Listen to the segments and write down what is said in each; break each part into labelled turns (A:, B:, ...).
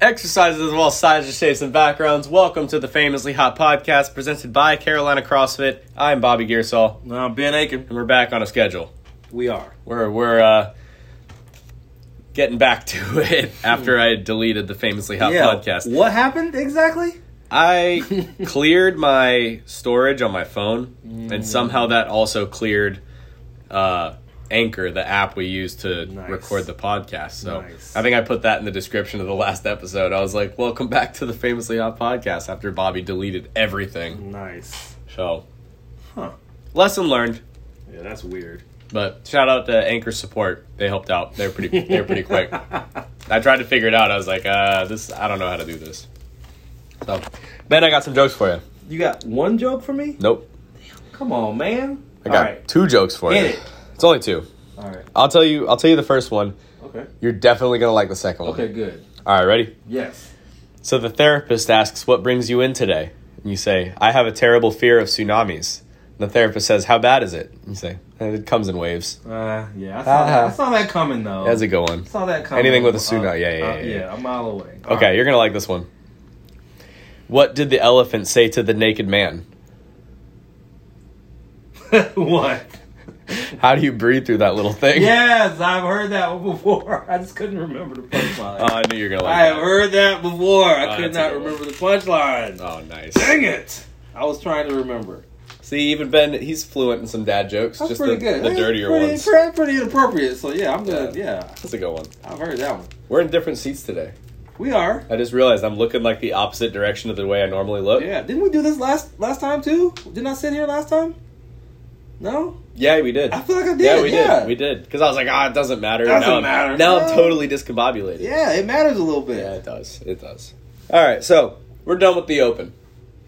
A: exercises of all sizes, shapes, and backgrounds. Welcome to the Famously Hot Podcast presented by Carolina CrossFit. I'm Bobby Gearsall,
B: No, Ben Aiken.
A: and we're back on a schedule.
B: We are.
A: We're we're uh, getting back to it after I deleted the Famously Hot Podcast.
B: What happened exactly?
A: I cleared my storage on my phone,
B: Mm.
A: and somehow that also cleared uh, Anchor, the app we use to
B: Nice.
A: record the podcast. So
B: Nice.
A: I think I put that in the description of the last episode. I was like, "Welcome back to the Famously Hot Podcast." After Bobby deleted everything,
B: Nice.
A: so
B: Huh.
A: lesson learned.
B: Yeah, that's weird.
A: But shout out to Anchor support; they helped out. They're pretty. They're pretty quick. I tried to figure it out. I was like, uh, "This, I don't know how to do this." So, Ben, I got some jokes for you.
B: You got one joke for me?
A: Nope.
B: Come on, man.
A: I got two jokes for
B: Hit
A: you.
B: it.
A: It's only two.
B: All right.
A: I'll tell you. I'll tell you the first one.
B: Okay.
A: You're definitely gonna like the second one.
B: Okay, good.
A: All right. Ready?
B: Yes.
A: So the therapist asks, "What brings you in today?" And you say, "I have a terrible fear of tsunamis." And the therapist says, "How bad is it?" And you say, "Eh, "It comes in waves."
B: Uh, yeah, I saw,
A: Ah.
B: that. I saw that coming, though.
A: That's a good one.
B: saw that coming.
A: Anything with a
B: Uh,
A: tsunami, yeah, yeah,
B: uh,
A: yeah, yeah.
B: a mile away. All
A: Okay,
B: right.
A: you're gonna like this one. What did the elephant say to the naked man?
B: what?
A: How do you breathe through that little thing?
B: Yes, I've heard that one before. I just couldn't remember the punchline.
A: Oh, I knew you were gonna like
B: I have
A: that.
B: heard that before. I
A: Oh,
B: could
A: that's a
B: not
A: good one.
B: remember the punchline.
A: Oh, nice.
B: Dang it! I was trying to remember.
A: See, even Ben, he's fluent in some dad jokes.
B: That's
A: just
B: pretty
A: the,
B: good.
A: the
B: That's
A: dirtier
B: pretty,
A: ones.
B: Pretty, pretty inappropriate. So yeah, I'm gonna yeah.
A: That's a good one.
B: I've heard that one.
A: We're in different seats today.
B: We are.
A: I just realized I'm looking like the opposite direction of the way I normally look.
B: Yeah. Didn't we do this last last time too? Didn't I sit here last time? No.
A: Yeah, we did.
B: I feel like I did.
A: yeah, we
B: yeah.
A: did. We did. Because I was like, ah, it doesn't matter.
B: Doesn't
A: now I'm-
B: matter.
A: now I'm
B: No.
A: totally discombobulated.
B: Yeah, it matters a little bit.
A: Yeah, it does. It does. All right, so we're done with the Open.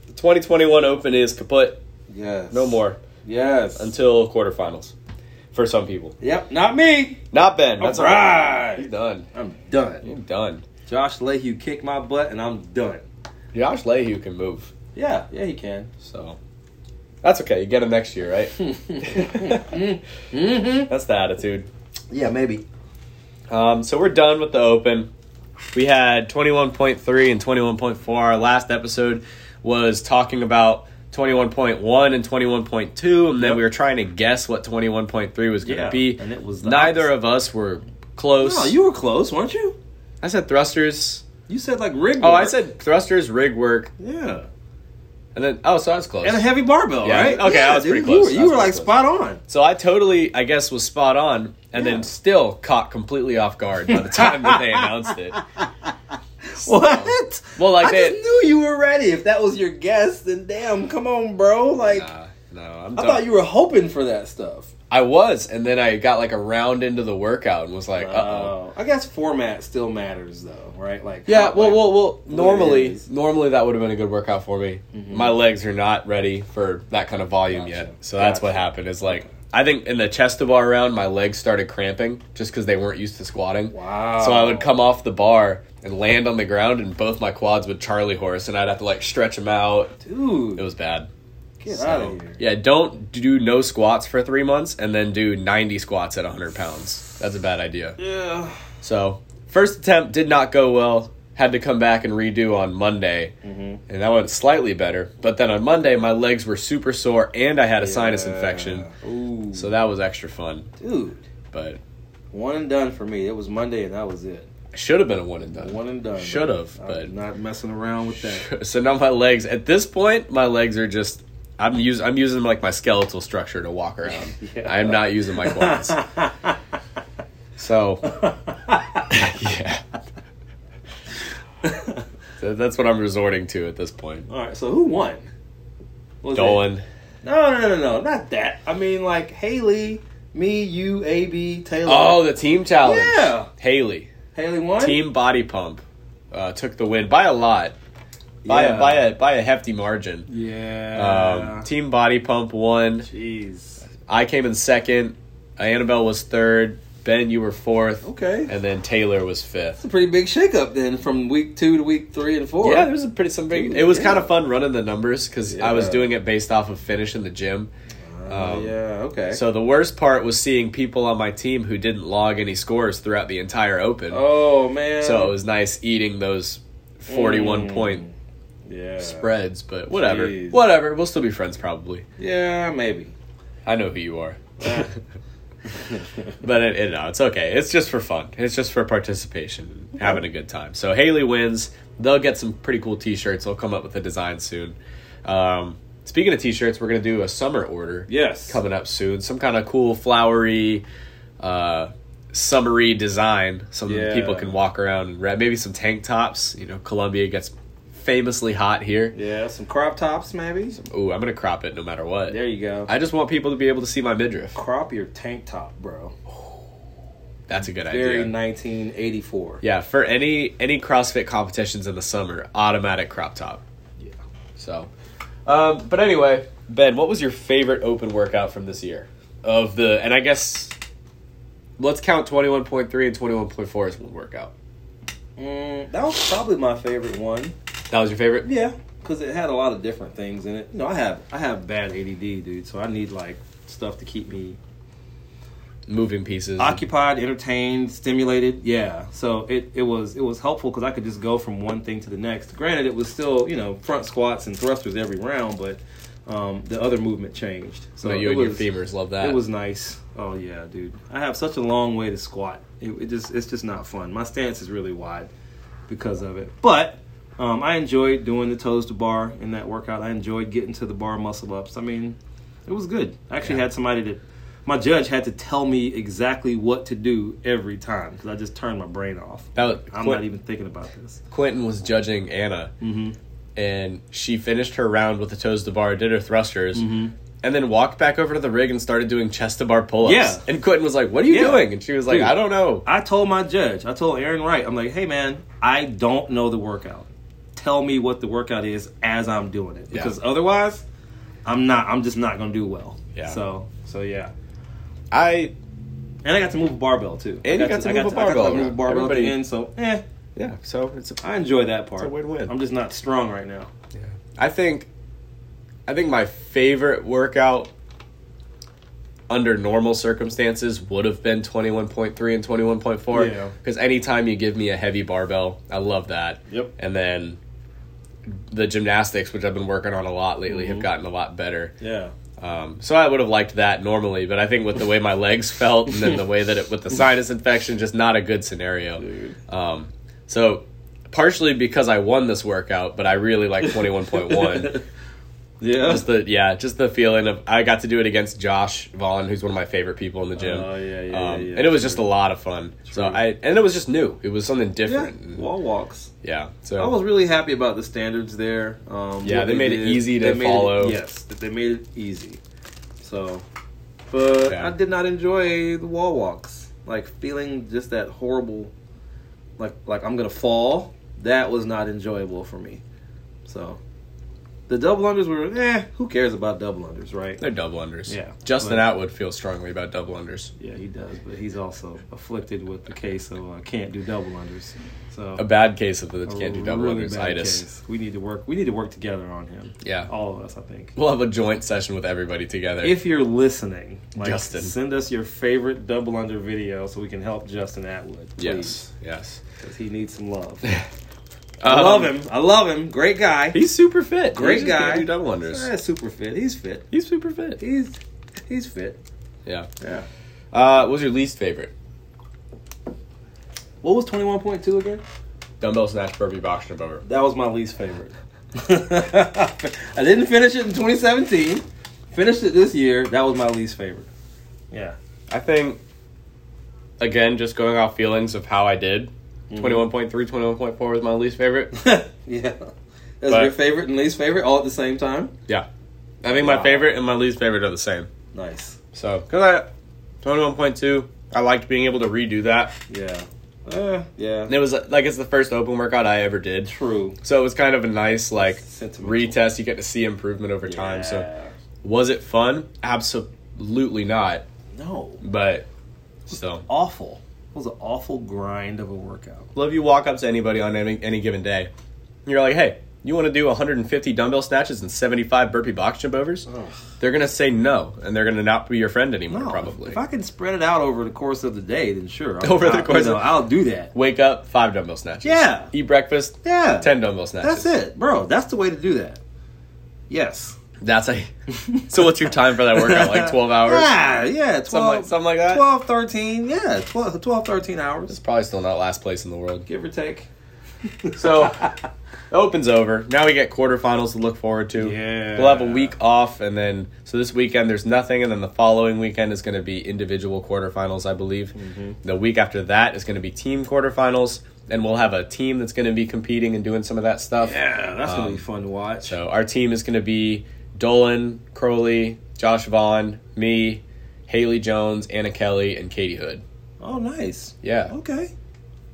A: The 2021 Open is kaput.
B: Yes.
A: No more
B: Yes.
A: until quarterfinals for some people.
B: yep. Not me.
A: Not Ben. That's
B: All right.
A: You're done.
B: I'm done.
A: You're done.
B: Josh Leahy kicked my butt, and I'm done.
A: Josh Leahy can move.
B: Yeah. Yeah, he can.
A: So that's okay. You get him next year, right?
B: mm-hmm.
A: That's the attitude.
B: Yeah, maybe.
A: Um, so we're done with the open. We had 21.3 and 21.4. Our last episode was talking about 21.1 and 21.2, and then
B: Yep.
A: we were trying to guess what 21.3 was going to
B: Yeah.
A: be.
B: And it was the
A: Neither
B: opposite.
A: of us were close.
B: No, you were close, weren't you?
A: I said thrusters.
B: You said like rig.
A: Oh, I
B: work.
A: said thrusters, rig work,
B: yeah.
A: and then oh, so I was close.
B: and a heavy barbell,
A: Yeah.
B: right?
A: Okay, I was pretty
B: You
A: close.
B: were,
A: I
B: you
A: was
B: were
A: pretty
B: like
A: close.
B: spot on.
A: So I totally, I guess, was spot on, and
B: Yeah.
A: then still caught completely off guard by the time that they announced it.
B: What?
A: Well, like
B: I
A: they-
B: just knew you were ready. If that was your guess, then damn, come on, bro. Like
A: Nah, uh, no, I'm
B: I
A: done.
B: thought you were hoping for that stuff.
A: I was, and then I got like a round into the workout and was like, uh oh.
B: Oh, I guess format still matters though, right? Like
A: Yeah,
B: how-
A: well,
B: like-
A: well, well. Normally,
B: is.
A: normally that would have been a good workout for me. My legs are not ready for that kind of volume
B: Mm-hmm. Gotcha.
A: yet, so that's what
B: Gotcha.
A: happened. Is like I think in the chest to bar round, my legs started cramping just because they weren't used to squatting.
B: Wow.
A: So I would come off the bar and land on the ground, and both my quads would Charlie horse, and I'd have to like stretch them out.
B: dude.
A: It was bad.
B: get
A: So,
B: out of here.
A: Yeah, don't do no squats for three months and then do 90 squats at 100 pounds. That's a bad idea.
B: Yeah.
A: So, first attempt did not go well. Had to come back and redo on Monday.
B: Mm-hmm.
A: And that went slightly better. But then on Monday, my legs were super sore and I had a sinus
B: Yeah.
A: infection.
B: Ooh,
A: So, that was extra fun.
B: dude,
A: But
B: one and done for me. It was Monday, and that was it.
A: should have been a one and done.
B: One and done.
A: Uh, Should have,
B: I'm
A: but-
B: not messing around with that.
A: so now my legs, at this point, my legs are just. I'm, use, I'm using like my skeletal structure to walk around.
B: Yeah.
A: I'm not using my quads. So, yeah. So that's what I'm resorting to at this point.
B: All right, so who won? What was it?
A: Dolan.
B: No, no, no, no, not that. I mean, like Haley, me, you, AB, Taylor.
A: Oh, the team challenge.
B: Yeah.
A: Haley,
B: Haley won.
A: team body pump, uh, took the win by a lot, by a by a by a hefty margin.
B: yeah.
A: Um, team body pump won.
B: Jeez.
A: I came in second. Annabelle was third. Ben, you were fourth,
B: Okay, that's
A: and then Taylor was fifth.
B: a pretty big shakeup then, from week two to week three and four.
A: Yeah, there was a pretty some big. It was
B: Yeah.
A: kind of fun running the numbers because I was
B: Yeah.
A: doing it based off of finish in the gym. Um,
B: Oh, yeah. Okay.
A: So the worst part was seeing people on my team who didn't log any scores throughout the entire open.
B: oh man.
A: So it was nice eating those 41
B: Mm,
A: point
B: yeah
A: spreads, but whatever.
B: Jeez.
A: Whatever. We'll still be friends probably.
B: Yeah, maybe.
A: I know who you are. but it, it, no, it's okay. It's just for fun. It's just for participation, having a good time. So Haley wins. They'll get some pretty cool T-shirts. They'll come up with a design soon. Um, speaking of T-shirts, we're gonna do a summer order
B: yes.
A: coming up soon. Some kind of cool flowery, uh, summery design. Some
B: Yeah.
A: people can walk around and wrap. Maybe some tank tops. You know, Columbia gets famously hot here.
B: Yeah, some crop tops maybe.
A: Ooh, I'm gonna crop it no matter what.
B: There you go.
A: I just want people to be able to see my midriff.
B: crop your tank top, bro.
A: That's a good idea.
B: Very 1984.
A: Yeah, for any any CrossFit competitions in the summer, automatic crop top.
B: Yeah.
A: So, um, but anyway, Ben, what was your favorite open workout from this year? Of the and I guess let's count twenty one point three and twenty one point four as one workout.
B: Mm, that was probably my favorite one.
A: That was your favorite.
B: Yeah, because it had a lot of different things in it. You know, I have I have bad ADD, dude. So I need like stuff to keep me
A: Moving pieces.
B: occupied, entertained, stimulated. Yeah. So it, it was it was helpful because I could just go from one thing to the next. Granted, it was still you know front squats and thrusters every round, but um, the other movement changed. So
A: No, you
B: it
A: and
B: was-
A: your femurs love that.
B: It was nice. Oh yeah, dude. I have such a long way to squat. It, it just it's just not fun. My stance is really wide because of it. But um, I enjoyed doing the toes to bar in that workout. I enjoyed getting to the bar muscle ups. I mean, it was good. I actually
A: Yeah.
B: had somebody that my judge had to tell me exactly what to do every time because I just turned my brain off.
A: that was
B: I'm
A: Quin-
B: not even thinking about this.
A: Quentin was judging Anna,
B: Mm-hmm.
A: and she finished her round with the toes to bar, did her thrusters,
B: Mm-hmm.
A: and then walked back over to the rig and started doing chest to bar pull ups.
B: Yeah.
A: And Quentin was like, "What are you
B: Yeah.
A: doing?" And she was like,
B: Dude.
A: "I don't know."
B: I told my judge, I told Aaron Wright, I'm like, hey man, I don't know the workout. Tell me what the workout is as I'm doing it.
A: Yeah.
B: Because otherwise, I'm not I'm just not gonna do well.
A: Yeah.
B: So so yeah.
A: I
B: And I got to move a barbell too.
A: And
B: I
A: you got to
B: I
A: move a
B: I got to,
A: barbell
B: like, move a
A: around.
B: barbell at
A: Everybody-
B: the end, so eh,
A: yeah. So it's a,
B: I enjoy that part.
A: it's a win-win.
B: I'm just not strong right now.
A: Yeah. I think I think my favorite workout under normal circumstances would have been 21.3 and 21.4
B: Yeah.
A: because anytime you give me a heavy barbell, I love that.
B: Yep.
A: And then the gymnastics, which I've been working on a lot lately,
B: Mm-hmm.
A: have gotten a lot better.
B: Yeah.
A: Um, so I would have liked that normally, but I think with the way my legs felt and then the way that it with the sinus infection, just not a good scenario.
B: Dude.
A: Um, so partially because I won this workout, but I really like 21.1.
B: Yeah.
A: just the yeah, just the feeling of I got to do it against Josh Vaughn, who's one of my favorite people in the gym.
B: Oh, yeah, yeah, yeah,
A: Um,
B: yeah,
A: and it was just a
B: true.
A: lot of fun. So
B: True.
A: I and it was just new. It was something
B: yeah.
A: different. And, Yeah.
B: Wall walks.
A: so
B: I was really happy about the standards there. Um,
A: Yeah,
B: what
A: they made it easy to
B: They made it-
A: follow.
B: yes, that they made it easy. So, but
A: Yeah.
B: I did not enjoy the wall walks. Like feeling just that horrible, like like I'm gonna fall. That was not enjoyable for me. So, the double unders were eh. Who cares about double unders, right?
A: they're double unders.
B: Yeah,
A: Justin
B: but-
A: Atwood feels strongly about double unders.
B: Yeah, he does, but he's also afflicted with the case of uh, can't do double unders. So
A: A bad case of the
B: a
A: can't do double
B: really
A: unders
B: bad
A: itis.
B: case. We need to work. We need to work together on him.
A: Yeah.
B: all of us, I think.
A: We'll have a joint session with everybody together.
B: If you're listening, like,
A: Justin.
B: send us your favorite double under video so we can help Justin Atwood.
A: yes, yes.
B: because he needs some love. I love
A: Um,
B: him. I love him. Great guy.
A: He's super fit.
B: Great
A: He just can't
B: guy.
A: do double unders.
B: Yeah, super fit. He's fit.
A: He's super fit.
B: He's he's fit.
A: Yeah.
B: Yeah.
A: Uh, what was your least favorite?
B: What was twenty one point two again?
A: Dumbbell snatch, burpee, box, and bummer.
B: That was my least favorite. I didn't finish it in twenty seventeen. Finished it this year. That was my least favorite. Yeah.
A: I think, again, just going off feelings of how I did,
B: Mhm.
A: 21.3, 21.4 was my least favorite.
B: yeah. That's
A: But-
B: your favorite and least favorite all at the same time.
A: yeah. I think my
B: Wow.
A: favorite and my least favorite are the same.
B: Nice.
A: So, because I, 21.2, I liked being able to redo that.
B: Yeah. Uh, yeah.
A: And it was like, it's the first open workout I ever did.
B: True.
A: So it was kind of a nice, like,
B: Sentimental.
A: retest. You get to see improvement over time. So,
B: Yeah.
A: was it fun? Absolutely not.
B: no,
A: But still,
B: awful. It was an awful grind of a workout.
A: love you walk up to anybody on any, any given day. You're like, hey, You want to do 150 dumbbell snatches and 75 burpee box jump overs? They're gonna say no, and they're gonna not be your friend anymore.
B: Uh-huh. No,
A: probably.
B: If I can spread it out over the course of the day, then sure. I'll-
A: Over the
B: I'll-
A: course
B: you know,
A: of-
B: I'll do that.
A: Wake up, five dumbbell snatches.
B: Yeah.
A: Eat breakfast.
B: Yeah.
A: Ten dumbbell snatches.
B: That's it, bro. That's the way to do that. Yes.
A: That's a. so what's your time for that workout? Like 12 hours.
B: Yeah, yeah, 12,
A: Something like- something like that?
B: 12, 13, yeah, 12, 12 13 hours,
A: It's probably still not last place in the world.
B: give or take.
A: So opens over. Now we get quarterfinals to look forward to.
B: Yeah.
A: We'll have a week off and then so this weekend there's nothing and then the following weekend is going to be individual quarterfinals, I believe.
B: Mm-hmm.
A: The week after that is going to be team quarterfinals and we'll have a team that's going to be competing and doing some of that stuff.
B: Yeah, that's gonna be fun to watch.
A: um, So our team is going to be Dolan, Crowley, Josh Vaughn, me, Haley Jones, Anna Kelly, and Katie Hood.
B: Oh, nice.
A: Yeah.
B: Okay.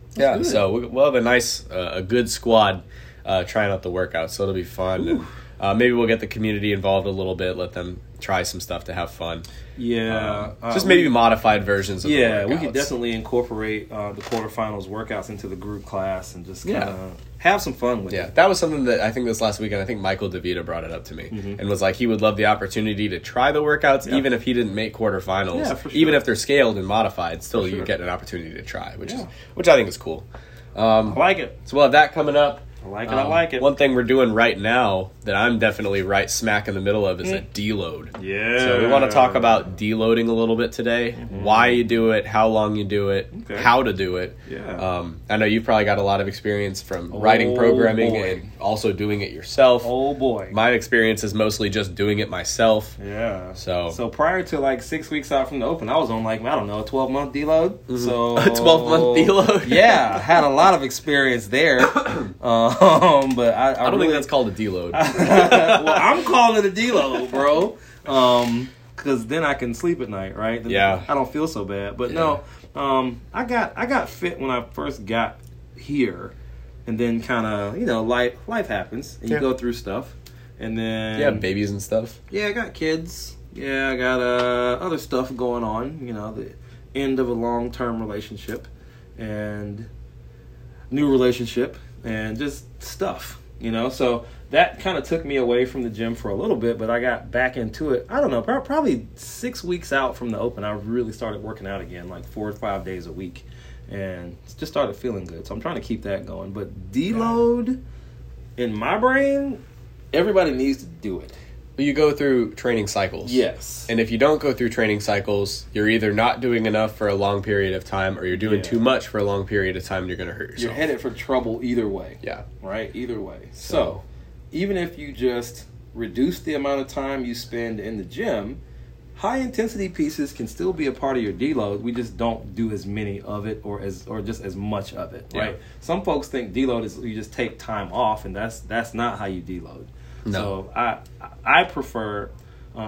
B: That's
A: Yeah,
B: good.
A: so we- we'll have a nice, uh, a good squad uh, trying out the workout. So it'll be fun. And, uh, maybe we'll get the community involved a little bit, let them try some stuff to have fun.
B: yeah, uh,
A: Um, Just
B: we-
A: maybe modified versions of
B: Yeah,
A: the
B: we could
A: workouts.
B: definitely incorporate uh, the quarterfinals workouts into the group class and just kind
A: Yeah.
B: of have some fun with
A: Yeah,
B: it.
A: that was something that I think this last weekend, I think Michael DeVita brought it up to me and was like, he would love the opportunity to try the workouts,
B: Mm-hmm. Yeah.
A: even if he didn't make quarterfinals.
B: Yeah, for
A: Even
B: sure.
A: if they're scaled and modified, still you
B: sure.
A: get an opportunity to try, which is
B: Yeah.
A: which I think is cool.
B: I like it.
A: So we'll have that coming up.
B: I like it. I
A: Um,
B: like it.
A: One thing we're doing right now that I'm definitely right smack in the middle of is a deload.
B: Yeah.
A: So we want to talk about deloading a little bit today. Why you do it, how long you do it,
B: Mm-hmm. Okay.
A: how to do it.
B: Yeah.
A: Um, I know you've probably got a lot of experience from writing
B: Oh,
A: programming
B: boy.
A: and also doing it yourself.
B: Oh boy.
A: My experience is mostly just doing it myself.
B: yeah.
A: So-
B: So prior to like six weeks out from the open, I was on like I don't know a twelve month deload. So
A: Mm-hmm. A 12-month deload?
B: yeah, I had a lot of experience there. um, but I, I,
A: I don't
B: really,
A: think that's called a deload.
B: well, I'm calling it a deload, bro. Um, cause then I can sleep at night, right? Then
A: Yeah.
B: I don't feel so bad. But no, um, I got I got fit when I first got here, and then kind of you know life life happens, and
A: Yeah.
B: you go through stuff, and then
A: yeah, babies and stuff.
B: yeah, I got kids. Yeah, I got uh, other stuff going on. You know, the end of a long term relationship and new relationship and just stuff. You know, so that kind of took me away from the gym for a little bit, but I got back into it. I don't know, prob- probably six weeks out from the open, I really started working out again, like four or five days a week, and it's just started feeling good. So I'm trying to keep that going. But deload in my brain, everybody needs to do it.
A: You go through training cycles.
B: Yes.
A: And if you don't go through training cycles, you're either not doing enough for a long period of time or you're doing
B: Yeah.
A: too much for a long period of time and you're going to hurt
B: you're
A: yourself.
B: headed for trouble either way.
A: yeah.
B: Right? Either way.
A: So-
B: So, even if you just reduce the amount of time you spend in the gym, high intensity pieces can still be a part of your deload. We just don't do as many of it or as or just as much of it,
A: Yeah.
B: right? Some folks think deload is you just take time off and that's that's not how you deload.
A: No.
B: So, I I prefer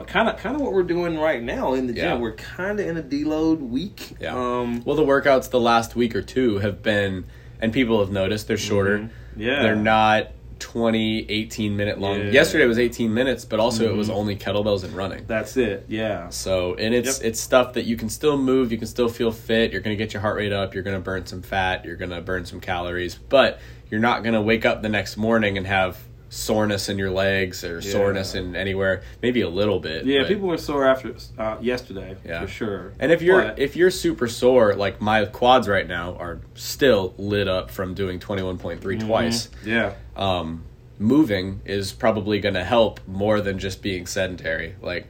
B: kind of kind of what we're doing right now in the
A: Yeah.
B: gym. We're kind of in a deload week.
A: Yeah.
B: Um
A: well, the workouts the last week or two have been, and people have noticed they're
B: Mm-hmm.
A: shorter.
B: Yeah.
A: They're not 20, 18 minute long.
B: Yeah. Mm-hmm.
A: Yesterday was 18 minutes, but also it was only kettlebells and running.
B: that's it. Yeah.
A: So, and it's
B: Yep.
A: it's stuff that you can still move, you can still feel fit, you're going to get your heart rate up, you're going to burn some fat, you're going to burn some calories, but you're not going to wake up the next morning and have soreness in your legs or soreness in anywhere, maybe a little bit.
B: Yeah,
A: but-
B: people were sore after uh, yesterday
A: Yeah.
B: for sure.
A: And if you're
B: But-
A: if you're super sore, like my quads right now are still lit up from doing 21.3
B: Mm-hmm.
A: twice.
B: yeah,
A: Um moving is probably going to help more than just being sedentary. Like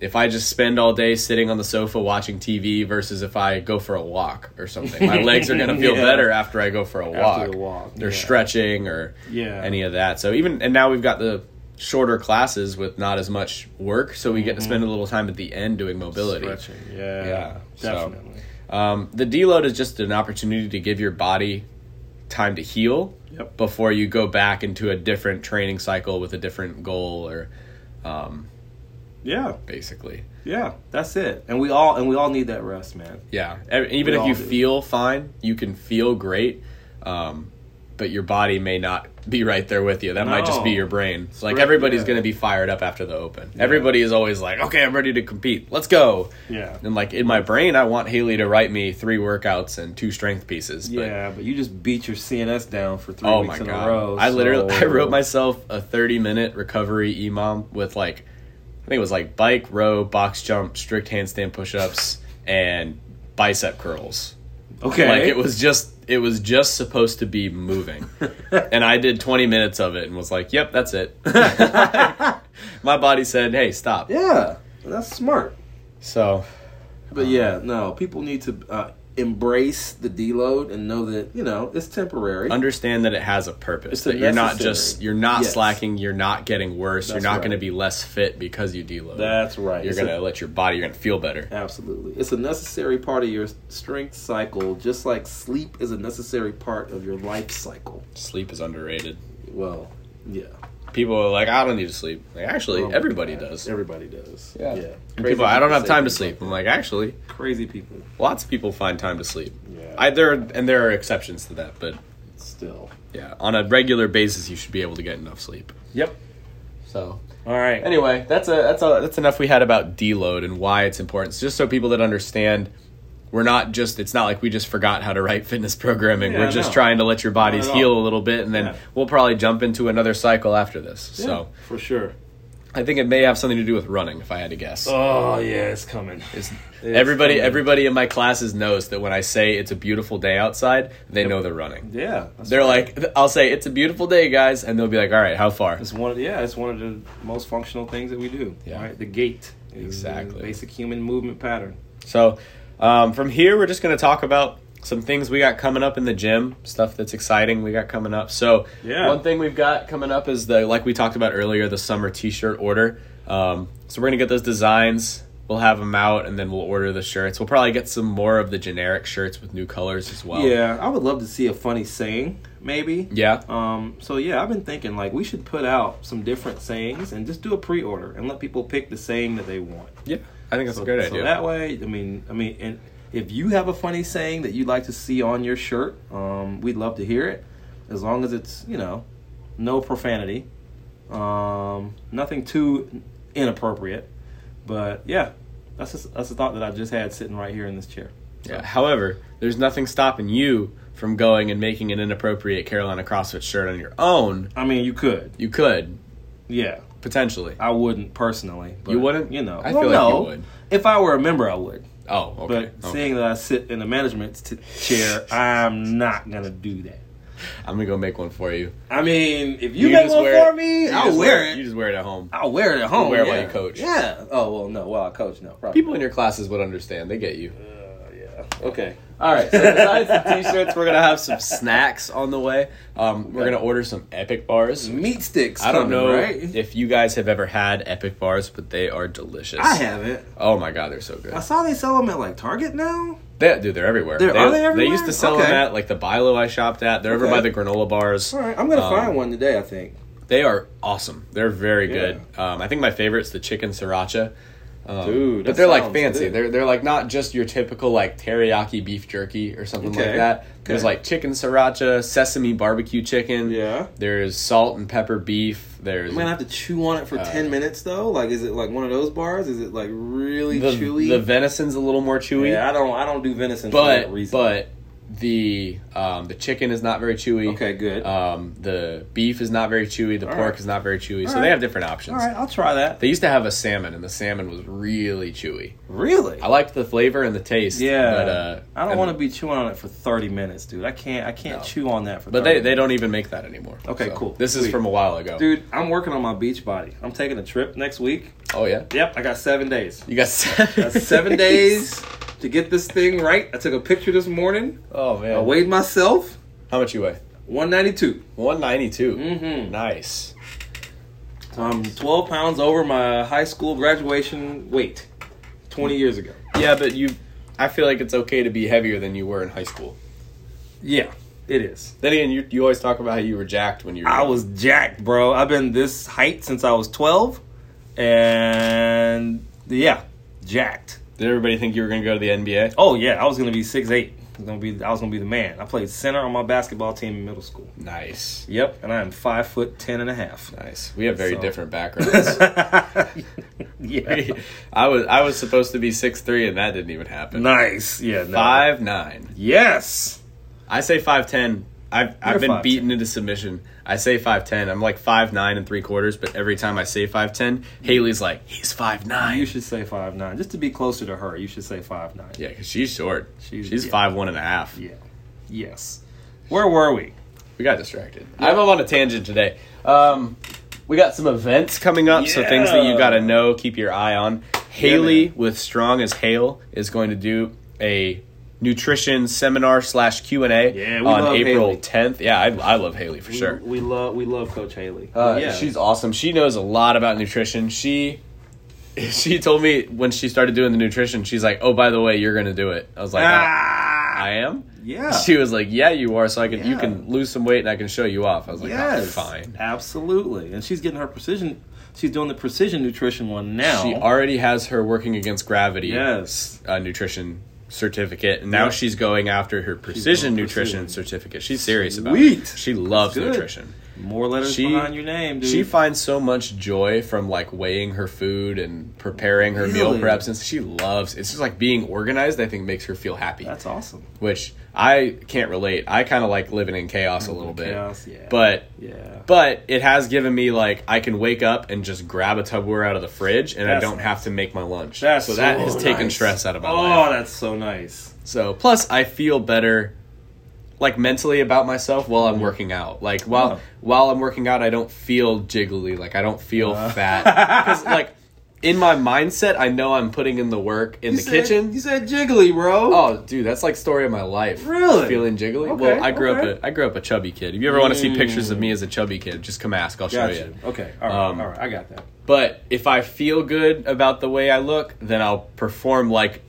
A: if I just spend all day sitting on the sofa watching TV versus if I go for a walk or something, my legs are going to feel
B: Yeah.
A: better after I go for a walk.
B: After the walk,
A: They're
B: yeah.
A: stretching or
B: Yeah.
A: any of that. So even and now we've got the shorter classes with not as much work, so we get to spend a little time at the end doing mobility.
B: Mm-hmm. stretching. Yeah,
A: Yeah, so-
B: definitely.
A: Um, the deload is just an opportunity to give your body time to heal
B: Yep.
A: before you go back into a different training cycle with a different goal, or
B: Yeah,
A: basically,
B: yeah, that's it. And we all and we all need that rest, man.
A: yeah. E- Even
B: We
A: if you
B: all do.
A: feel fine, you can feel great. Um, but your body may not be right there with you. That might just be
B: No.
A: your brain. It's like
B: Spread-
A: everybody's
B: yeah.
A: going to be fired up after the open. Everybody is always like, okay, I'm ready to compete. Let's go.
B: Yeah.
A: And like in my brain, I want Haley to write me three workouts and two strength pieces. But
B: Yeah, but you just beat your CNS down for three
A: oh
B: weeks
A: my
B: in
A: god!
B: a row.
A: I literally I
B: so-
A: wrote myself a 30 minute recovery EMOM with like I think it was like bike, row, box jump, strict handstand push ups, and bicep curls.
B: okay.
A: Like it was just it was just supposed to be moving. and I did 20 minutes of it and was like, "Yep, that's it." My body said, "Hey, stop."
B: yeah, that's smart.
A: So,
B: But yeah,
A: Uh-huh.
B: no, people need to uh, embrace the deload and know that you know it's temporary.
A: understand that it has a purpose.
B: It's a
A: that you're not
B: necessary-
A: just you're not
B: Yes.
A: slacking, you're not getting worse, you're
B: That's
A: not
B: right.
A: going to be less fit because you deload.
B: That's right.
A: you're
B: It's
A: going to
B: a-
A: let your body you're going to feel better.
B: Absolutely. It's a necessary part of your strength cycle, just like sleep is a necessary part of your life cycle.
A: Sleep is underrated.
B: Well, yeah.
A: People are like, "I don't need to sleep." Like, actually,
B: Oh my
A: everybody
B: God.
A: does.
B: Everybody does.
A: Yeah. And
B: Crazy
A: people, I don't
B: people
A: have
B: say
A: time to
B: things
A: sleep.
B: like
A: I'm like, actually,
B: that. Crazy people.
A: lots of people find time to sleep.
B: Yeah.
A: I there and there are exceptions to that, but
B: still.
A: yeah, on a regular basis, you should be able to get enough sleep.
B: Yep.
A: So
B: All right.
A: anyway, that's a that's a, that's enough we had about deload and why it's important. So just so people that understand, we're not just it's not like we just forgot how to write fitness programming.
B: Yeah,
A: we're just
B: no.
A: trying to let your bodies
B: at all.
A: heal a little bit, and then
B: Yeah.
A: we'll probably jump into another cycle after this.
B: Yeah,
A: So
B: for sure.
A: I think it may have something to do with running, if I had to guess.
B: Oh yeah, it's coming.
A: It's- everybody,
B: coming.
A: everybody in my classes knows that when I say it's a beautiful day outside, they know they're running.
B: Yeah. that's
A: They're
B: right.
A: like, I'll say it's a beautiful day, guys, and they'll be like, "All right, how far?"
B: It's one. Of, yeah, it's one of the most functional things that we do.
A: Yeah.
B: Right. The gait. is the
A: Exactly.
B: Basic human movement pattern.
A: So, um, from here, we're just going to talk about some things we got coming up in the gym, stuff that's exciting we got coming up. So,
B: Yeah.
A: one thing we've got coming up is the like we talked about earlier, the summer T-shirt order. Um, so we're gonna get those designs. We'll have them out, and then we'll order the shirts. We'll probably get some more of the generic shirts with new colors as well.
B: Yeah, I would love to see a funny saying, maybe.
A: Yeah.
B: Um, so yeah, I've been thinking like we should put out some different sayings and just do a pre-order and let people pick the saying that they want.
A: Yeah. I think that's
B: so,
A: a good
B: so
A: idea.
B: that way, I mean, I mean, and if you have a funny saying that you'd like to see on your shirt, um, we'd love to hear it, as long as it's you know, no profanity, um, nothing too inappropriate, but yeah, that's just, that's a thought that I just had sitting right here in this chair.
A: yeah. However, there's nothing stopping you from going and making an inappropriate Carolina CrossFit shirt on your own.
B: I mean, you could,
A: You could
B: yeah.
A: potentially.
B: I wouldn't personally. But,
A: You wouldn't?
B: You know.
A: I
B: Well,
A: feel like you
B: no.
A: would.
B: If I were a member, I would.
A: Oh, okay.
B: But
A: okay.
B: seeing that I sit in the management t- chair, I'm not gonna do that.
A: I'm gonna go make one for you.
B: I mean, if you,
A: You
B: make
A: just
B: one
A: wear-
B: for me,
A: you
B: I'll
A: just
B: wear it.
A: You just wear it at home.
B: I'll wear it at home.
A: wear it
B: yeah.
A: while you coach.
B: Yeah. Oh well, no. While I coach, no. Probably.
A: People in your classes would understand. They get you.
B: Yeah. Okay.
A: All right. So besides the t-shirts, we're gonna have some snacks on the way. Um, we're
B: Okay.
A: gonna order some Epic bars.
B: Meat sticks.
A: I don't
B: coming,
A: know
B: Right?
A: if you guys have ever had Epic bars, but they are delicious.
B: I haven't.
A: Oh my god, they're so good.
B: I saw they sell them at like Target now.
A: They, dude, they're everywhere.
B: They're- are they everywhere?
A: used to sell them
B: Okay.
A: at like the Bilo I shopped at. They're over
B: Okay.
A: by the granola bars.
B: All right, I'm gonna
A: Um,
B: find one today. I think.
A: They are awesome. They're very
B: Yeah.
A: good. Um, I think my favorite's the chicken sriracha. Um,
B: Dude,
A: but
B: that
A: they're like
B: sounds
A: fancy.
B: good.
A: They're they're like not just your typical like teriyaki beef jerky or something like
B: Okay.
A: that. There's
B: Okay.
A: like chicken sriracha, sesame barbecue chicken.
B: Yeah.
A: There's salt and pepper beef. There's
B: I'm gonna have to chew on it
A: Uh,
B: for ten minutes though. Like, is it like one of those bars? Is it like really
A: the,
B: chewy?
A: the venison's a little more chewy.
B: yeah, I don't, I don't do venison for
A: but
B: that reason.
A: but the um, the chicken is not very chewy.
B: okay, good.
A: Um, the beef is not very chewy. The
B: All
A: pork
B: right.
A: is not very chewy. so
B: All
A: they
B: right.
A: have different options.
B: All right, I'll try that.
A: They used to have a salmon, and the salmon was really chewy.
B: Really?
A: I liked the flavor and the taste.
B: yeah.
A: but, uh,
B: I don't
A: and-
B: want to be chewing on it for thirty minutes, dude. I can't, I can't
A: No.
B: chew on that for.
A: But
B: 30
A: they, they don't even make that anymore.
B: Okay, cool.
A: This is
B: Sweet.
A: from a while ago.
B: dude. I'm working on my beach body. I'm taking a trip next week.
A: Oh yeah,
B: Yep, I got seven days.
A: you got seven,
B: Got seven days to get this thing right. I took a picture this morning.
A: Oh man,
B: I weighed myself.
A: how much you weigh?
B: 192.
A: One ninety two.
B: Mhm.
A: Nice.
B: So I'm 12 pounds over my high school graduation weight 20 years ago.
A: Yeah, but you, I feel like it's okay to be heavier than you were in high school.
B: Yeah, it is.
A: Then again, you, you always talk about how you were jacked when you were.
B: I
A: young.
B: was jacked, bro. I've been this height since I was 12. And yeah, jacked.
A: Did everybody think you were going to go to the NBA?
B: Oh, yeah, I was going to be 6'8. I'm gonna be. I was gonna be the man. I played center on my basketball team in middle school.
A: Nice.
B: Yep, and I am five foot ten and a half.
A: Nice. We have very
B: So-
A: different backgrounds.
B: yeah.
A: I was I was supposed to be six three, and that didn't even happen.
B: Nice. Yeah. No.
A: Five nine.
B: Yes.
A: I say five ten. I've I've
B: You're
A: been
B: 5'10".
A: beaten into submission. I say five ten. I'm like five nine and three quarters, but every time I say five ten, Haley's like he's five
B: You
A: nine.
B: should say five nine, just to be closer to her. You should say five nine.
A: Yeah, because she's short.
B: She's-
A: She's,
B: yeah.
A: five one and a half.
B: Yeah. Yes. Where were we?
A: We got distracted. I'm on a tangent today. Um, we got some events coming up, so things that you
B: Yeah.
A: got to know, keep your eye on. Haley
B: man.
A: with Strong as Hale is going to do a nutrition seminar slash Q and A
B: Yeah, we love
A: on April
B: Haley.
A: 10th. Yeah, I, I love Haley for sure.
B: We, we love we love Coach Haley.
A: Uh,
B: yeah.
A: She's awesome. She knows a lot about nutrition. She she told me when she started doing the nutrition, she's like, "Oh, by the way, you're gonna do it." I was like, "I-
B: ah,
A: "I am."
B: yeah.
A: She was like, "Yeah, you are." So I can you
B: Yeah.
A: can lose some weight and I can show you off. I was like, "Oh,
B: yes.
A: "Fine."
B: Absolutely. And she's getting her precision. She's doing the precision nutrition one now.
A: She already has her working against gravity
B: Yes.
A: uh, nutrition certificate, and now
B: Yeah.
A: she's going after her precision
B: going
A: nutrition
B: precision.
A: certificate. She's serious about
B: Sweet.
A: it. She loves
B: That's good.
A: nutrition.
B: More letters
A: She-
B: behind your name, dude.
A: She finds so much joy from like weighing her food and preparing her meal
B: Really?
A: preps, and she loves. It's just like being organized. I think makes her feel happy,
B: That's awesome.
A: which I can't relate. I kind of like living in chaos a little bit,
B: Chaos, yeah.
A: but
B: Yeah.
A: but it has given me like I can wake up and just grab a Tupperware out of the fridge, and
B: That's
A: I don't have to make my lunch.
B: That's
A: so that
B: so
A: has taken
B: nice.
A: stress out of my
B: oh,
A: life.
B: that's so nice.
A: So plus I feel better like mentally about myself while
B: Mm-hmm.
A: I'm working out. Like while
B: Yeah.
A: while I'm working out I don't feel jiggly, like I don't feel
B: Uh-huh.
A: fat. 'Cause, like in my mindset I know I'm putting in the work in the
B: You said-
A: kitchen.
B: You said jiggly, bro.
A: Oh, dude, that's like story of my life.
B: Really?
A: feeling jiggly.
B: Okay,
A: well, I grew
B: okay.
A: up a I grew up a chubby kid. If you ever want to see
B: Mm.
A: pictures of me as a chubby kid, just come ask. I'll show
B: Got
A: you.
B: you. Okay. All right.
A: Um,
B: all right. I got that.
A: But if I feel good about the way I look, then I'll perform like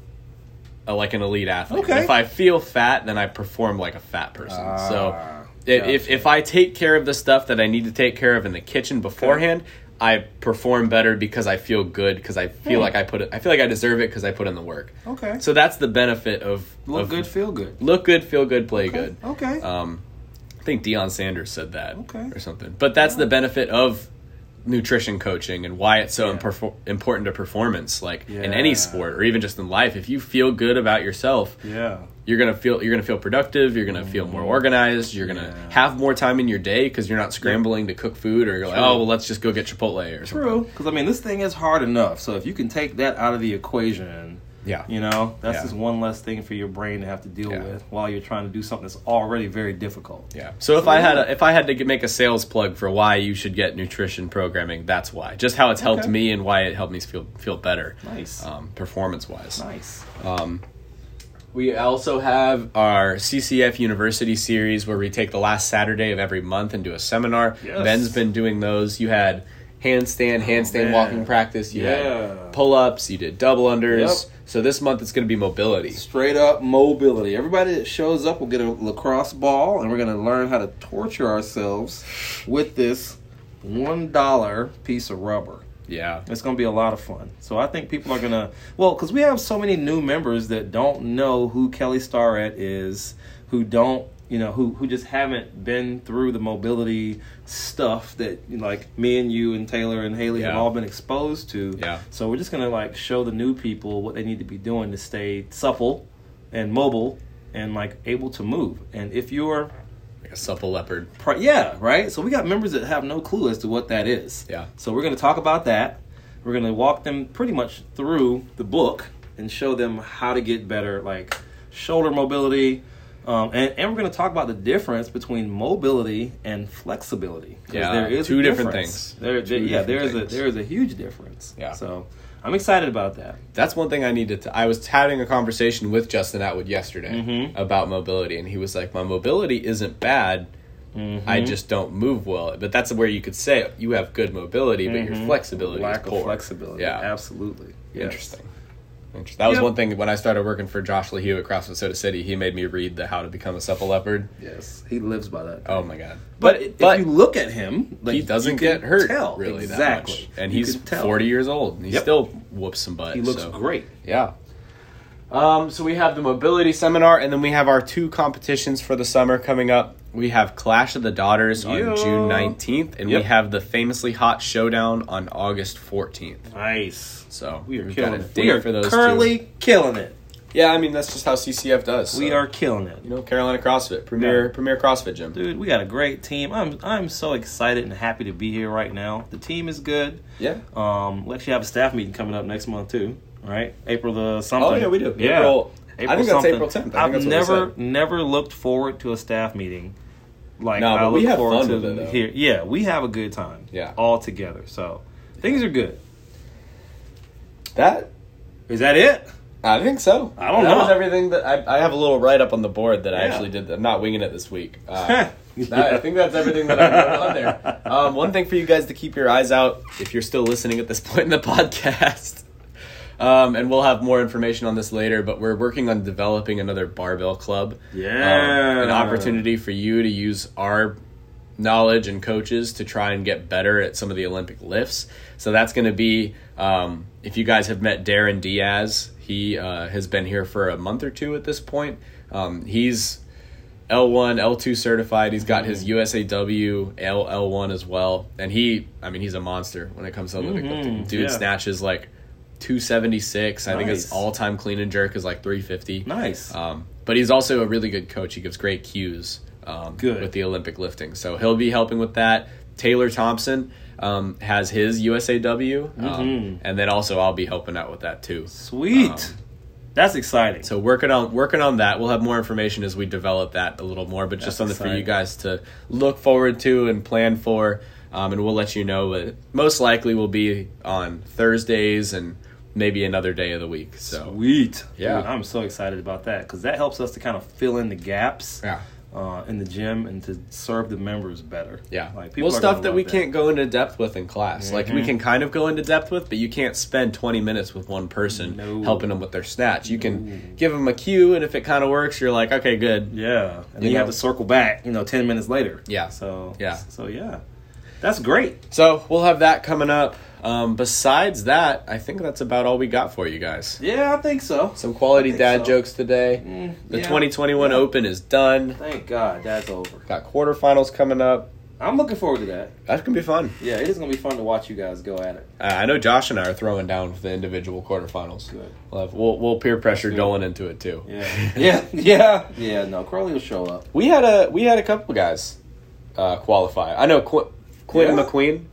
A: a, like an elite athlete.
B: Okay.
A: If I feel fat, then I perform like a fat person. so
B: Ah,
A: i- if
B: gotcha.
A: if I take care of the stuff that I need to take care of in the kitchen beforehand, I perform better because I feel good because I feel
B: Hmm.
A: like I put it, I feel like I deserve it because I put in the work.
B: Okay.
A: So that's the benefit of
B: Look
A: of
B: good, feel good.
A: look good, feel good, play good.
B: Okay.
A: Um, I think Deion Sanders said that
B: Okay.
A: or something. But that's the benefit of nutrition coaching and why it's so
B: Yeah.
A: imperfo- important to performance, like in
B: Yeah.
A: any sport or even just in life. If you feel good about yourself,
B: yeah.
A: you're gonna feel you're gonna feel productive. You're gonna feel more organized. You're gonna
B: Mm. Yeah.
A: have more time in your day because you're not scrambling to cook food or you're like,
B: True.
A: oh, well, let's just go get Chipotle or something.
B: True. Because I mean, this thing is hard enough. So if you can take that out of the equation,
A: Yeah.
B: you know, that's
A: Yeah.
B: just one less thing for your brain to have to deal
A: Yeah.
B: with while you're trying to do something that's already very difficult.
A: Yeah. So if I had a, if I had to g- make a sales plug for why you should get nutrition programming, that's why. Just how it's helped
B: Okay.
A: me and why it helped me feel feel better,
B: Nice.
A: um, performance wise.
B: Uh, nice.
A: We also have our CCF University series where we take the last Saturday of every month and do a seminar.
B: Yes. Oh,
A: Ben's been doing those. You had handstand, handstand
B: man.
A: walking practice. You
B: Yeah.
A: had pull ups. You did double unders.
B: Yep.
A: So this month it's going to be mobility.
B: Straight up mobility. Everybody that shows up will get a lacrosse ball, and we're going to learn how to torture ourselves with this $1 piece of rubber.
A: Yeah.
B: It's going to be a lot of fun. So I think people are going to, well, because we have so many new members that don't know who Kelly Starrett is, who don't, you know, who, who just haven't been through the mobility stuff that, you know, like, me and you and Taylor and Haley have
A: Yeah.
B: all been exposed to.
A: Yeah.
B: So we're just going to, like, show the new people what they need to be doing to stay supple and mobile and, like, able to move. And if you're,
A: Like a supple leopard.
B: pri- yeah, right? So we got members that have no clue as to what that is.
A: Yeah.
B: So we're going to talk about that. We're going to walk them pretty much through the book and show them how to get better, like shoulder mobility. Um, and, and we're going to talk about the difference between mobility and flexibility. 'Cause
A: Yeah,
B: there is a
A: two different
B: difference.
A: things.
B: There, there-
A: Two
B: yeah, there
A: different
B: is
A: things.
B: a there is a huge difference.
A: Yeah.
B: So I'm excited about that.
A: That's one thing I needed to. I was having a conversation with Justin Atwood yesterday
B: Mhm.
A: about mobility, and he was like, My mobility isn't bad.
B: Mm-hmm.
A: I just don't move well. But that's where you could say you have good mobility, but your flexibility
B: Mm-hmm. Lack
A: is
B: of
A: poor.
B: flexibility.
A: Yeah.
B: Absolutely. Yes.
A: Interesting. Interesting. That was
B: Yep.
A: one thing when I started working for Josh LaHue at CrossFit Soda City. He made me read the How to Become a Supple Leopard.
B: Yes. He lives by that.
A: Oh my god!
B: But,
A: But
B: if
A: but
B: you look at him, like,
A: he doesn't
B: you can
A: get hurt
B: tell.
A: really
B: exactly.
A: that much, and
B: You
A: he's
B: can tell.
A: forty years old and he
B: Yep.
A: still whoops some butt.
B: He looks
A: so-
B: great.
A: Yeah. Um, so we have the mobility seminar, and then we have our two competitions for the summer coming up. We have Clash of the Daughters
B: Yeah.
A: on June nineteenth, and
B: Yep.
A: we have the famously hot showdown on August fourteenth.
B: Nice.
A: So
B: We are
A: we've
B: killing
A: got a
B: it.
A: date
B: We are
A: for those.
B: currently killing it.
A: two. yeah. I mean, that's just how CCF does.
B: We
A: so.
B: are killing it.
A: you know, Carolina CrossFit, premier premier CrossFit gym.
B: Dude, we got a great team. I'm I'm so excited and happy to be here right now. The team is good.
A: Yeah.
B: Um, we actually have a staff meeting coming up next month too, right? April the something.
A: Oh yeah, we do.
B: Yeah.
A: April, I think that's
B: something.
A: April tenth.
B: I've never never looked forward to a staff meeting. Like
A: No,
B: I
A: but we
B: look
A: have
B: forward
A: fun
B: to
A: with it, though.
B: here. Yeah, we have a good time.
A: Yeah.
B: all together. So things are good.
A: that.
B: Is that it?
A: I think so.
B: I don't
A: that
B: know.
A: was everything that I, I have a little write up on the board that I
B: Yeah.
A: actually did. I'm not winging it this week. Uh,
B: Huh.
A: That, I think that's everything that I wrote on there. Um, one thing for you guys to keep your eyes out if you're still listening at this point in the podcast. Um, and we'll have more information on this later, but we're working on developing another barbell club. Um, an
B: Yeah.
A: opportunity for you to use our knowledge and coaches to try and get better at some of the Olympic lifts. So that's going to be um, if you guys have met Darren Diaz, he uh, has been here for a month or two at this point. Um, he's L1, L2 certified. He's got his USAW L L1 as well, and he, I mean, he's a monster when it comes to Olympic lifting. Dude
B: Mm-hmm. yeah.
A: snatches like 276. I think his
B: Nice.
A: all-time clean and jerk is like 350.
B: Nice.
A: Um, but he's also a really good coach. He gives great cues um,
B: Good.
A: with the Olympic lifting. So he'll be helping with that. Taylor Thompson um, has his USAW. Um,
B: Mhm.
A: And then also I'll be helping out with that too.
B: Sweet.
A: um,
B: That's exciting.
A: So working on working on that. We'll have more information as we develop that a little more, but just
B: That's
A: something for you
B: exciting.
A: guys to look forward to and plan for. Um, and we'll let you know. But most likely will be on Thursdays and maybe another day of the week. So
B: Sweet.
A: Yeah.
B: Dude, I'm so excited about that because that helps us to kind of fill in the gaps
A: yeah.
B: uh, in the gym and to serve the members better.
A: Yeah.
B: Like, people
A: well,
B: are
A: stuff
B: gonna
A: that
B: love Mm-hmm.
A: we can't go into depth with in class. Like we can kind of go into depth with, but you can't spend 20 minutes with one person
B: No.
A: helping them with their snatch. You can give them a cue, and if it kind of works, you're like, okay, good.
B: Yeah. And then
A: You
B: you have
A: know?
B: to circle back, you know, 10 minutes later.
A: Yeah.
B: So,
A: Yeah.
B: So, yeah. That's great.
A: So we'll have that coming up. Um, besides that, I think that's about all we got for you guys.
B: Yeah, I think so.
A: Some quality
B: I think
A: dad
B: so.
A: jokes today.
B: Mm,
A: The
B: yeah.
A: 2021
B: Yeah.
A: Open is done.
B: Thank God that's over.
A: Got quarterfinals coming up.
B: I'm looking forward to that.
A: That's gonna be fun.
B: Yeah, it is going to be fun to watch you guys go at it.
A: Uh, I know Josh and I are throwing down for the individual quarterfinals.
B: Good.
A: We'll, have, we'll, we'll peer pressure
B: Good.
A: Dolan into it too.
B: Yeah. yeah. Yeah. Yeah. No, Crowley will show up.
A: We had a we had a couple guys uh, qualify. I know Qu- Quinn
B: Yeah?
A: McQueen.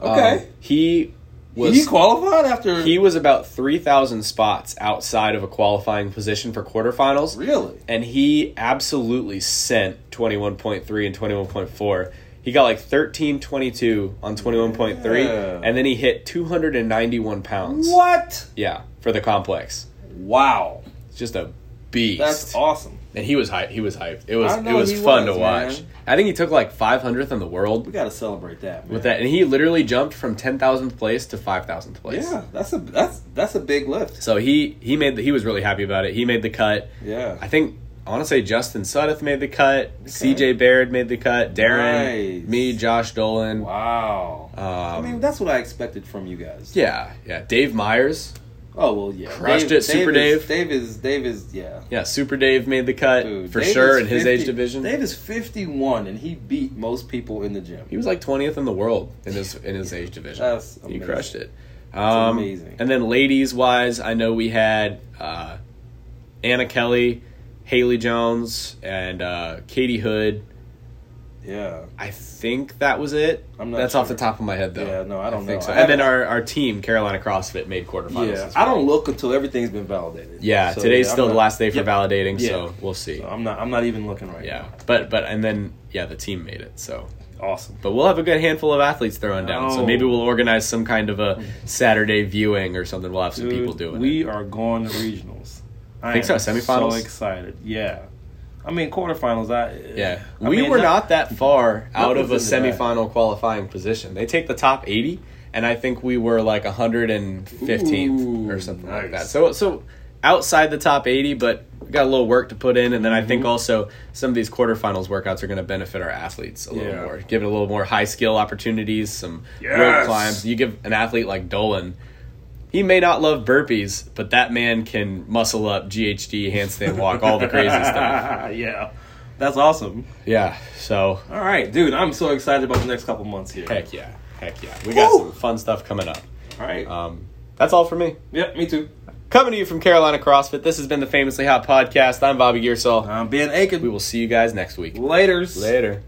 A: um,
B: Okay.
A: he was
B: he qualified after.
A: he was about three thousand spots outside of a qualifying position for quarterfinals.
B: really?
A: and he absolutely sent 21.3 and 21.4 he got like 13.22 on 21.3
B: Yeah.
A: and then he hit 291 pounds
B: What?
A: yeah for the complex
B: Wow.
A: it's just a beast
B: That's awesome.
A: and he was hyped he was hyped it was
B: I know
A: it was
B: he
A: fun
B: was,
A: to watch
B: man.
A: i think he took like 500th in the
B: We
A: world
B: got to celebrate that. Man.
A: with that and he literally jumped from 10,000th place to 5,000th place
B: Yeah, that's a that's that's a big lift.
A: so he he made the, he was really happy about it he made the cut I
B: Yeah.
A: think I want to say Justin Suddeth made the cut, CJ Baird made the cut, Darren,
B: Nice.
A: me, Josh Dolan.
B: Wow.
A: Um,
B: I mean, that's what I expected from you guys.
A: yeah, yeah. Dave Myers,
B: Oh well, yeah.
A: Crushed it, Super
B: is-
A: Dave.
B: Dave is Dave is yeah.
A: yeah, Super Dave made the cut
B: Dude,
A: for
B: Dave
A: sure
B: is
A: in his
B: 50
A: age division.
B: Dave is fifty one, and he beat most people in the gym.
A: He was like twentieth in the world in his in his age division.
B: That's
A: he
B: amazing.
A: crushed it. Um,
B: amazing.
A: And then ladies wise, I know we had uh, Anna Kelly, Haley Jones, and uh, Katie Hood.
B: Yeah.
A: I think that was it.
B: I'm not
A: That's off the
B: sure.
A: top of my head, though.
B: Yeah, no, I don't
A: think
B: know.
A: So.
B: I
A: And then
B: haven't-
A: our, our team, Carolina CrossFit, made quarterfinals.
B: Yeah.
A: as
B: I
A: well.
B: don't look until everything's been validated.
A: Yeah,
B: So,
A: today's
B: yeah, I'm
A: still the
B: not-
A: last day for
B: Yep.
A: validating,
B: Yeah.
A: so we'll see.
B: So I'm not. I'm not even looking right.
A: yeah, but but and then yeah, the team made it. So,
B: Now. Awesome.
A: but we'll have a good handful of athletes throwing down. So
B: Oh.
A: maybe we'll organize some kind of a Saturday viewing or something. We'll have some
B: Dude,
A: people doing
B: we
A: it.
B: are going to regionals. I
A: Think so,
B: am
A: semifinals?
B: So excited. Yeah. I mean quarterfinals. I
A: Yeah,
B: I
A: we
B: mean,
A: were not that far out of a
B: Nothing's in the bag.
A: semifinal qualifying position. They take the top eighty, and I think we were like hundred and fifteenth or
B: Ooh,
A: something like
B: nice.
A: that. So so outside the top eighty, but we got a little work to put in, and then I
B: Mm-hmm.
A: think also some of these quarterfinals workouts are going to benefit our athletes a little
B: Yeah.
A: more, give it a little more high skill opportunities, some rope
B: Yes.
A: climbs. You give an athlete like Dolan. He may not love burpees, but that man can muscle up, GHD, handstand walk, all the crazy stuff.
B: yeah, that's awesome.
A: Yeah. So
B: All right, dude, I'm so excited about the next couple months here.
A: heck yeah, heck yeah, we got
B: Woo!
A: some fun stuff coming up.
B: All right.
A: Um, that's all for me.
B: yep, me too.
A: Coming to you from Carolina CrossFit. This has been the
B: Uh,
A: Famously Hot podcast. I'm Bobby Gearsell.
B: I'm Ben Aiken.
A: We will see you guys next week.
B: Laters.
A: Later.